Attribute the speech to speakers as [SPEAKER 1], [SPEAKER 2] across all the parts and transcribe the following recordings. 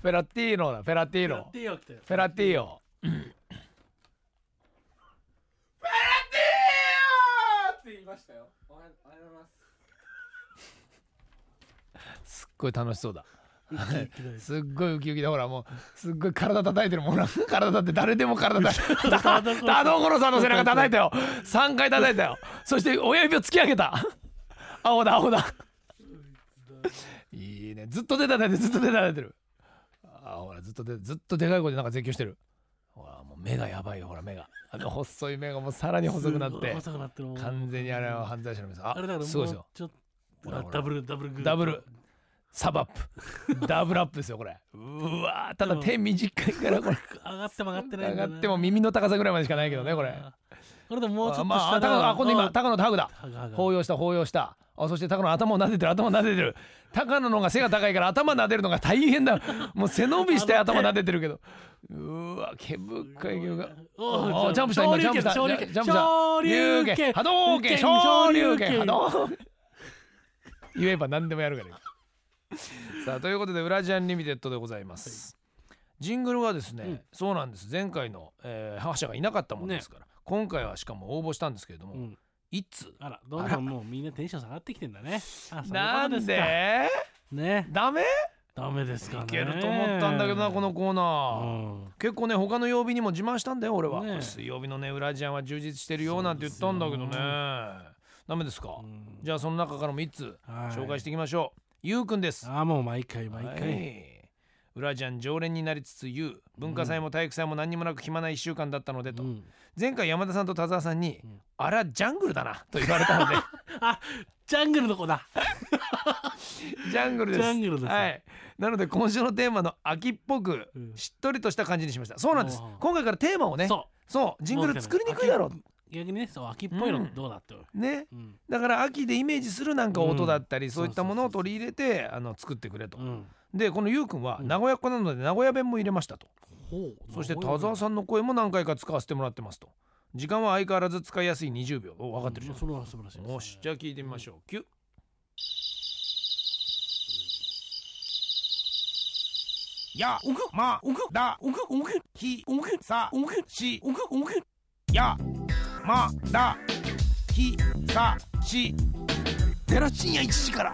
[SPEAKER 1] フェラティーノだフェラティー
[SPEAKER 2] フェラ
[SPEAKER 1] ノ
[SPEAKER 2] ティーヨ来たよ
[SPEAKER 1] フェラティーヨ
[SPEAKER 3] って言いましたよ。おはようございます。
[SPEAKER 1] すっごい楽しそうだ
[SPEAKER 2] 来たよ
[SPEAKER 1] すっごいウキウキでほらもうすっごい体叩いてる もんな体だって誰でも体叩いて田所さんの背中叩いた よ3回叩いたよそして親指を突き上げた青だ青だいいねずっと出たいてずっと出たいてるあほらずっとでずっとでかい声でなんか絶叫してるほらもう目がやばいよほら目があの細い目がもうさらに細くなって
[SPEAKER 2] 細くなってるもん
[SPEAKER 1] 完全にあれは犯罪者の目さ
[SPEAKER 2] あれだか
[SPEAKER 1] あ
[SPEAKER 2] ら
[SPEAKER 1] すごいです
[SPEAKER 2] も
[SPEAKER 1] よ
[SPEAKER 2] うちょっ
[SPEAKER 1] ほらほ
[SPEAKER 2] と
[SPEAKER 1] ら
[SPEAKER 2] ダブルダブルグー
[SPEAKER 1] ダブルサブアップダブルアップですよこれうわーただ手短いからこれ
[SPEAKER 2] 上がっても上がってない
[SPEAKER 1] 上
[SPEAKER 2] んだ
[SPEAKER 1] が
[SPEAKER 2] よな
[SPEAKER 1] っても耳の高さぐらいまでしかないけどねこれ
[SPEAKER 2] あーこれでももうちょっと
[SPEAKER 1] あまああ
[SPEAKER 2] した
[SPEAKER 1] 高野あ今度今
[SPEAKER 2] タ
[SPEAKER 1] 高野のタグだ
[SPEAKER 2] グハグ
[SPEAKER 1] 抱擁した抱擁したあそして高野頭を撫でてる頭を撫でてる高野の方が背が高いから頭撫でるのが大変だもう背伸びして頭撫でてるけどうわ毛深い毛が
[SPEAKER 2] お
[SPEAKER 1] お
[SPEAKER 2] う
[SPEAKER 1] ジャンプした今ジャンプしたジ
[SPEAKER 2] 昇竜
[SPEAKER 1] ャ
[SPEAKER 2] 拳
[SPEAKER 1] ジャンプした
[SPEAKER 2] 昇竜拳
[SPEAKER 1] 拳波動拳
[SPEAKER 2] 昇
[SPEAKER 1] 昇
[SPEAKER 2] 竜
[SPEAKER 1] 竜
[SPEAKER 2] 拳
[SPEAKER 1] 拳波動 拳言えば何でもやるから今 さあということでウラジアンリミテッドでございます、ジングルはですね、
[SPEAKER 2] うん
[SPEAKER 1] そうなんです前回の、えー、覇者がいなかったもんですから、今回はしかも応募したんですけれども、
[SPEAKER 2] うん
[SPEAKER 1] いつ
[SPEAKER 2] あらどん
[SPEAKER 1] あ
[SPEAKER 2] ど
[SPEAKER 1] ら
[SPEAKER 2] んもうみんなテンション下がってきてんだねあそういうこと
[SPEAKER 1] なん
[SPEAKER 2] すか
[SPEAKER 1] で
[SPEAKER 2] ね
[SPEAKER 1] ダメ
[SPEAKER 2] ダメですかね
[SPEAKER 1] いけると思ったんだけどなこのコーナー、
[SPEAKER 2] うん
[SPEAKER 1] 結構ね他の曜日にも自慢したんだよ俺は、
[SPEAKER 2] ねえ
[SPEAKER 1] 水曜日のねウラジアンは充実してるよなんて言ったんだけど
[SPEAKER 2] そう
[SPEAKER 1] ね
[SPEAKER 2] ですよ
[SPEAKER 1] ダメですか、
[SPEAKER 2] うん
[SPEAKER 1] じゃあその中からも1つ
[SPEAKER 2] はい
[SPEAKER 1] 紹介していきましょう、ゆうくんです
[SPEAKER 2] あーもう毎回毎
[SPEAKER 1] は
[SPEAKER 2] 回
[SPEAKER 1] いウラジアン常連になりつつゆう文化祭も体育祭も何にもなく暇な1週間だったのでと、
[SPEAKER 2] うん
[SPEAKER 1] 前回山田さんと田沢さんに、
[SPEAKER 2] うん
[SPEAKER 1] あらジャングルだなと言われた ので
[SPEAKER 2] あジャングルの子だ
[SPEAKER 1] ジャングル
[SPEAKER 2] ジ
[SPEAKER 1] です
[SPEAKER 2] ャングルです
[SPEAKER 1] はい、なので今週のテーマの秋っぽく
[SPEAKER 2] うん
[SPEAKER 1] しっとりとした感じにしましたそうなんです
[SPEAKER 2] おうおう
[SPEAKER 1] 今回からテーマをね
[SPEAKER 2] そ
[SPEAKER 1] そうジングル作りにくいだろう
[SPEAKER 2] う逆にねそう秋っぽいの
[SPEAKER 1] うん
[SPEAKER 2] どうだって
[SPEAKER 1] ね
[SPEAKER 2] うん
[SPEAKER 1] だから秋でイメージするなんか音だったり、
[SPEAKER 2] ん
[SPEAKER 1] そういったものを
[SPEAKER 2] そうそうそうそ
[SPEAKER 1] 取
[SPEAKER 2] う
[SPEAKER 1] り入れてあの作ってくれと、
[SPEAKER 2] うん
[SPEAKER 1] でこのゆうくんは
[SPEAKER 2] うん
[SPEAKER 1] 名古屋っ子なので名古屋弁も入れましたと、
[SPEAKER 2] ほう
[SPEAKER 1] そして田沢さんの声も何回か使わせてもらってますと時間は相変わらず使いやすい20秒お分かってるじゃん、
[SPEAKER 2] それは素晴らしいですね
[SPEAKER 1] よしじゃあ聞いてみましょうキュッ
[SPEAKER 4] やうくまうくだうくうくひうくさうくしうくうくやまだひさしゼラチンや1時から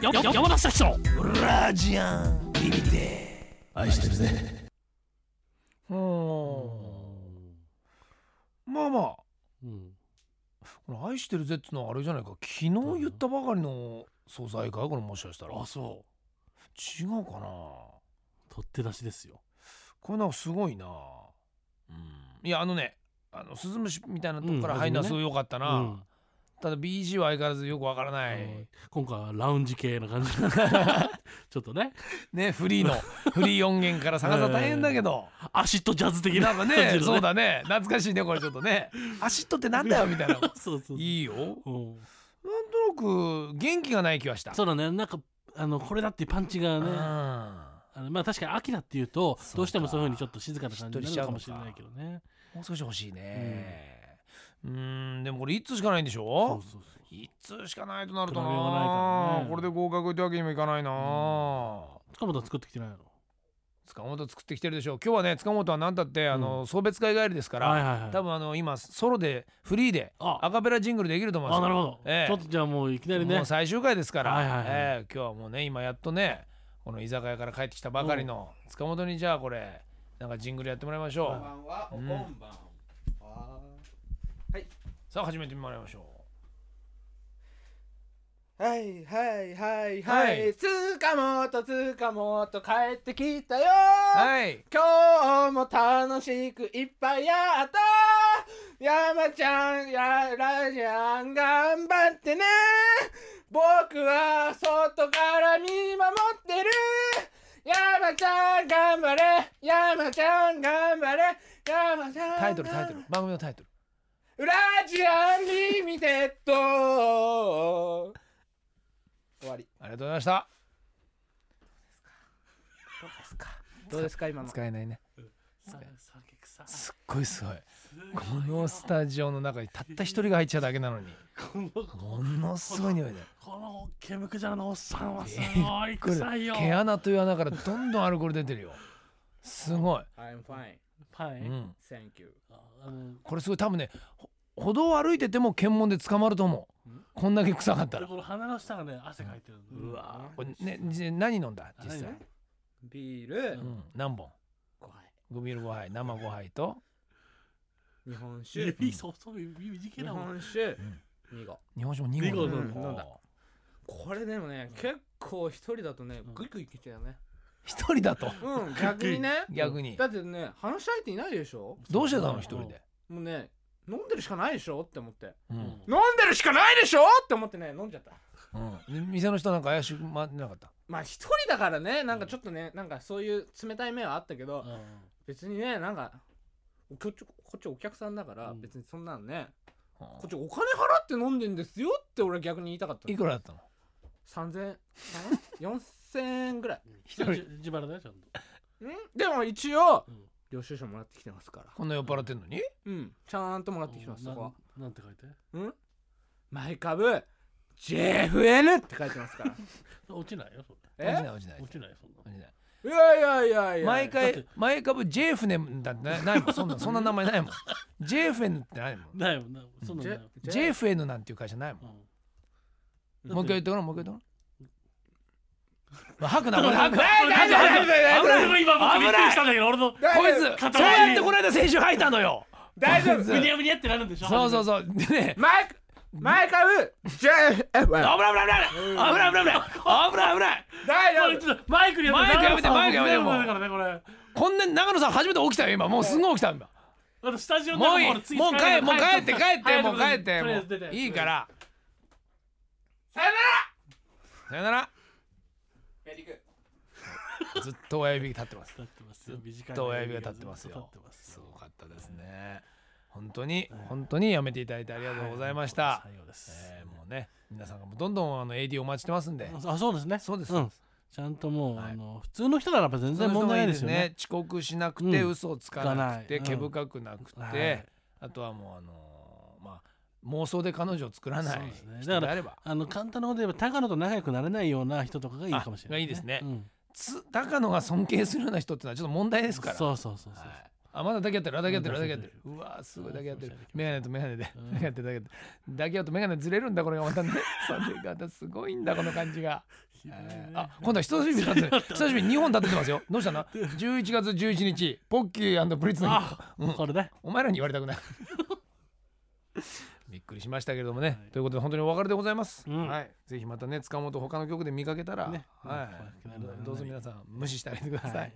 [SPEAKER 2] やや山田社長
[SPEAKER 4] ラジアンビビで愛してるぜ
[SPEAKER 1] まあまあ
[SPEAKER 2] うん
[SPEAKER 1] この「愛してるぜ」っつうのはあれじゃないか昨日言ったばかりの素材かこれもしかしたら
[SPEAKER 2] あそ
[SPEAKER 1] 違うかな
[SPEAKER 2] う取って出しですよ
[SPEAKER 1] これなんかすごいなうんいやあのねあの鈴虫みたいなとこから
[SPEAKER 2] うん
[SPEAKER 1] 入るのは
[SPEAKER 2] 初
[SPEAKER 1] す
[SPEAKER 2] め
[SPEAKER 1] ごい良かったな、
[SPEAKER 2] うん
[SPEAKER 1] ただ BG は相変わらずよくわからな
[SPEAKER 2] あ
[SPEAKER 1] い、
[SPEAKER 2] の今回はラウンジ系な 感じちょっとね
[SPEAKER 1] ねフ リーのフリー音源から探すの大変だけど、
[SPEAKER 2] アシッドジャズ的な
[SPEAKER 1] なんか
[SPEAKER 2] 感じの
[SPEAKER 1] ねそうだね懐かしいねこれちょっと ねアシットってなんだよみたいな
[SPEAKER 2] そうそうそう
[SPEAKER 1] いいよなん
[SPEAKER 2] うん
[SPEAKER 1] となく元気がない気はした
[SPEAKER 2] そうだねなんかあのこれだっていうパンチが
[SPEAKER 1] う
[SPEAKER 2] ね
[SPEAKER 1] ん
[SPEAKER 2] あのまあ確かに秋だっていうと
[SPEAKER 1] そうか
[SPEAKER 2] どうしてもそういうふうにちょっと静かな感じに
[SPEAKER 1] しっとりし
[SPEAKER 2] な
[SPEAKER 1] ちゃう
[SPEAKER 2] るか
[SPEAKER 1] のか
[SPEAKER 2] もしれないけどね
[SPEAKER 1] もう少し欲しいねうーんでもこれ1通しかないんでし
[SPEAKER 2] そ
[SPEAKER 1] ょ
[SPEAKER 2] うそうそう
[SPEAKER 1] 一通しかないとなるとな
[SPEAKER 2] 比べようがないからね
[SPEAKER 1] これで合格ってわけにもいかないな、
[SPEAKER 2] 塚本は作ってきてないの
[SPEAKER 1] 塚本作ってきてるでしょう今日はね塚本は何だってあの、送別会帰りですから、
[SPEAKER 2] はいはいはい
[SPEAKER 1] 多分あの今ソロでフリーで
[SPEAKER 2] あ
[SPEAKER 1] アカペラジングルできると思います
[SPEAKER 2] あ
[SPEAKER 1] よ
[SPEAKER 2] なるほど、
[SPEAKER 1] ええ
[SPEAKER 2] ちょっとじゃあもういきなり
[SPEAKER 1] も
[SPEAKER 2] ね
[SPEAKER 1] う最終回ですから、
[SPEAKER 2] はいはいはい
[SPEAKER 1] ええ今日はもうね今やっとねこの居酒屋から帰ってきたばかりの塚本にじゃあこれなんかジングルやってもらいましょう、
[SPEAKER 3] こんばんは。
[SPEAKER 1] う
[SPEAKER 3] こ
[SPEAKER 1] ん
[SPEAKER 3] んばんは。
[SPEAKER 1] さあ始めてもらいましょ
[SPEAKER 3] はいはいはい
[SPEAKER 1] は
[SPEAKER 3] はいい。つかもとつかもと帰ってきたよ。
[SPEAKER 1] うはい
[SPEAKER 3] 今日も楽しくいっぱいやった山ちゃんやラジアン頑張ってね僕は外から見守ってる山ちゃん頑張れ山ちゃん頑張れ山ちゃん頑張れ
[SPEAKER 1] タイトルタイトル番組のタイトル
[SPEAKER 3] ラジアンリミテッド終わり
[SPEAKER 1] ありがとうございました
[SPEAKER 3] どうですかどうですか今の
[SPEAKER 1] 使えないね
[SPEAKER 2] さ酒臭い
[SPEAKER 1] すっごいすごいこのスタジオの中にたった一人が入っちゃうだけなのに
[SPEAKER 2] この
[SPEAKER 1] ものすごい匂いだよ
[SPEAKER 2] この大き毛むくじゃらのおっさんはすごい臭いよ。
[SPEAKER 1] 毛穴という穴からどんどんアルコール出てるよすごい、
[SPEAKER 3] I'm fine.
[SPEAKER 2] は
[SPEAKER 1] う
[SPEAKER 2] い。
[SPEAKER 1] ん、
[SPEAKER 3] Thank you.
[SPEAKER 2] ああの
[SPEAKER 1] これすごい多分ねほ歩道を歩いてても検問で捕まると思うこんだけ臭かった
[SPEAKER 2] で
[SPEAKER 1] ら
[SPEAKER 2] この鼻の下がね汗かいてるの。
[SPEAKER 1] うわこれ、ね、じ何飲んだ実際、
[SPEAKER 3] ビール
[SPEAKER 1] うん、何本
[SPEAKER 3] 5杯。
[SPEAKER 1] 5ミル5杯生5杯と
[SPEAKER 3] 日本酒。
[SPEAKER 2] 指そうそう指短い
[SPEAKER 3] 日
[SPEAKER 2] なもん。
[SPEAKER 3] 本酒。2合。
[SPEAKER 1] 日本酒も2本
[SPEAKER 2] 二
[SPEAKER 1] 飲
[SPEAKER 2] 合
[SPEAKER 1] ん
[SPEAKER 2] 飲
[SPEAKER 1] だ
[SPEAKER 2] ん
[SPEAKER 3] だ飲んだこれでもね、結構一人だとね
[SPEAKER 2] う、ん
[SPEAKER 3] グイグイ来てたよね。
[SPEAKER 1] 一人だと
[SPEAKER 3] うん、逆にね。
[SPEAKER 1] 逆に
[SPEAKER 3] だってね、話し相手いないでしょ
[SPEAKER 1] どうしてたの一人で、
[SPEAKER 3] もうね、飲んでるしかないでしょって思って。
[SPEAKER 1] う
[SPEAKER 2] うんん。
[SPEAKER 3] 飲んでるしかないでしょって思ってね、飲んじゃった。
[SPEAKER 1] うんで店の人なんか怪しくまなかった
[SPEAKER 3] まあ一人だからね、なんかちょっとね、なんかそういう冷たい目はあったけ
[SPEAKER 2] う
[SPEAKER 3] ど、
[SPEAKER 2] ん
[SPEAKER 3] 別にねなんかこっちこっちお客さんだから
[SPEAKER 2] うん
[SPEAKER 3] 別にそんなのね、こっ
[SPEAKER 1] う
[SPEAKER 3] ちお金払って飲んでんですよって俺は逆に言いたかった
[SPEAKER 1] んいくらだったの
[SPEAKER 3] 3000円 4000円ぐらい
[SPEAKER 2] 一人自腹だよちゃんと。
[SPEAKER 3] んでも一応、
[SPEAKER 2] うん
[SPEAKER 3] 領収書もらってきてますから
[SPEAKER 1] こんな酔っ払ってんのに
[SPEAKER 3] うんちゃんともらってきてますそ
[SPEAKER 2] な
[SPEAKER 3] こは
[SPEAKER 2] なんて書いて？
[SPEAKER 3] うん毎株 JFN って書いてますから
[SPEAKER 2] 落ちないよそれ。
[SPEAKER 1] 落ちない
[SPEAKER 3] え
[SPEAKER 1] 落ちない
[SPEAKER 2] 落ちないよそんな。
[SPEAKER 1] 落ちない
[SPEAKER 3] いやいやいやいや
[SPEAKER 1] 毎
[SPEAKER 2] だっ
[SPEAKER 1] 回
[SPEAKER 2] て
[SPEAKER 1] 毎株 JFN だってなないもんそんなそんな名前ないもん JFN ってないもん
[SPEAKER 2] ないもんないもんそんなのないもん。
[SPEAKER 3] J-
[SPEAKER 1] JFN なんていう会社ないもん
[SPEAKER 2] うん
[SPEAKER 1] もう一回言っ
[SPEAKER 2] だ
[SPEAKER 1] てごらんもう一回言ってごらん吐くなこれ吐く な
[SPEAKER 3] 大丈夫大丈
[SPEAKER 2] って
[SPEAKER 3] 夫大丈
[SPEAKER 2] 俺も今僕びっくりしたんだけど俺の
[SPEAKER 3] 夫
[SPEAKER 1] こいつ
[SPEAKER 3] 大丈夫
[SPEAKER 1] そうやってこの間先週吐いたのよ
[SPEAKER 3] 大丈夫
[SPEAKER 1] こい
[SPEAKER 2] むに
[SPEAKER 1] つ
[SPEAKER 2] ゃむにゃってなるんでしょ
[SPEAKER 1] そうそう
[SPEAKER 2] う
[SPEAKER 1] そうでね
[SPEAKER 3] 毎毎株 JFN
[SPEAKER 1] 危ない危ない危ない危ない危ない危ない
[SPEAKER 3] 大丈夫
[SPEAKER 2] ちょっとマイクに
[SPEAKER 1] マイクやめてマイクやめてもう
[SPEAKER 2] だからねこれ
[SPEAKER 1] こんな長野さん初めて起きたよ今もうすぐ起きた今
[SPEAKER 2] あとスタジオの
[SPEAKER 1] もういい
[SPEAKER 2] 中
[SPEAKER 1] もう帰
[SPEAKER 2] 次使える
[SPEAKER 1] もう
[SPEAKER 2] から
[SPEAKER 1] 帰って帰ってもう帰っ
[SPEAKER 2] とりあえず
[SPEAKER 1] て
[SPEAKER 2] 出
[SPEAKER 1] もう
[SPEAKER 2] て
[SPEAKER 1] いいから
[SPEAKER 3] さよなら
[SPEAKER 1] さよなら
[SPEAKER 3] メリーク
[SPEAKER 1] ずっと親指立ってます
[SPEAKER 2] 立ってますよ短い
[SPEAKER 1] と親指が立ってますよ
[SPEAKER 2] 立ってます
[SPEAKER 1] すごかったですね本当に本当にやめていただいてありがとうございました
[SPEAKER 2] 最後です
[SPEAKER 1] えーもうね皆さんがもうどんどんあの AD お待ちしてますんで
[SPEAKER 2] あそうですね
[SPEAKER 1] そうです
[SPEAKER 2] んちゃんともう
[SPEAKER 1] はい
[SPEAKER 2] あの普通の人ならば全然問題ないですよね
[SPEAKER 1] 遅刻しなくて
[SPEAKER 2] うん
[SPEAKER 1] 嘘をつかなくて
[SPEAKER 2] つかな
[SPEAKER 1] 毛
[SPEAKER 2] いうん
[SPEAKER 1] 深くなく
[SPEAKER 2] は
[SPEAKER 1] て
[SPEAKER 2] い
[SPEAKER 1] あとはもうあのーまあ妄想で彼女を作らない
[SPEAKER 2] そうですね
[SPEAKER 1] 人であれば
[SPEAKER 2] あの簡単なこと言えば高野と仲良くなれないような人とかがいいかもしれな
[SPEAKER 1] あが
[SPEAKER 2] い
[SPEAKER 1] いいですね
[SPEAKER 2] うん
[SPEAKER 1] つ高野が尊敬するような人ってのはちょっと問題ですから
[SPEAKER 2] そうそうそうそう
[SPEAKER 1] はいあまだ抱き合ってるあ抱き合ってる
[SPEAKER 2] うん
[SPEAKER 1] 抱き合ってるうわーすごい抱き合ってる
[SPEAKER 2] そうそう
[SPEAKER 1] メガネとメガネで
[SPEAKER 2] うん
[SPEAKER 1] 抱き合ってる抱き合ってる抱き合うとメガネずれるんだこれがま たねそれがまたすごいんだこの感じが、
[SPEAKER 2] ひどい
[SPEAKER 1] え
[SPEAKER 2] ね
[SPEAKER 1] ーあ今度は人差し指 立ってる人差し指2本立ててますよどうしたの11月11日ポッキープリッツの日
[SPEAKER 2] あこれね
[SPEAKER 1] お前らに言われた くないびっくりしましたけれどもね、ということで本当にお別れでございます、
[SPEAKER 2] うん
[SPEAKER 1] はい、ぜひまたね塚本他の曲で見かけたら、
[SPEAKER 2] ね
[SPEAKER 1] は
[SPEAKER 2] うん
[SPEAKER 1] い、どうぞ皆さん無視してあげてください、
[SPEAKER 2] はい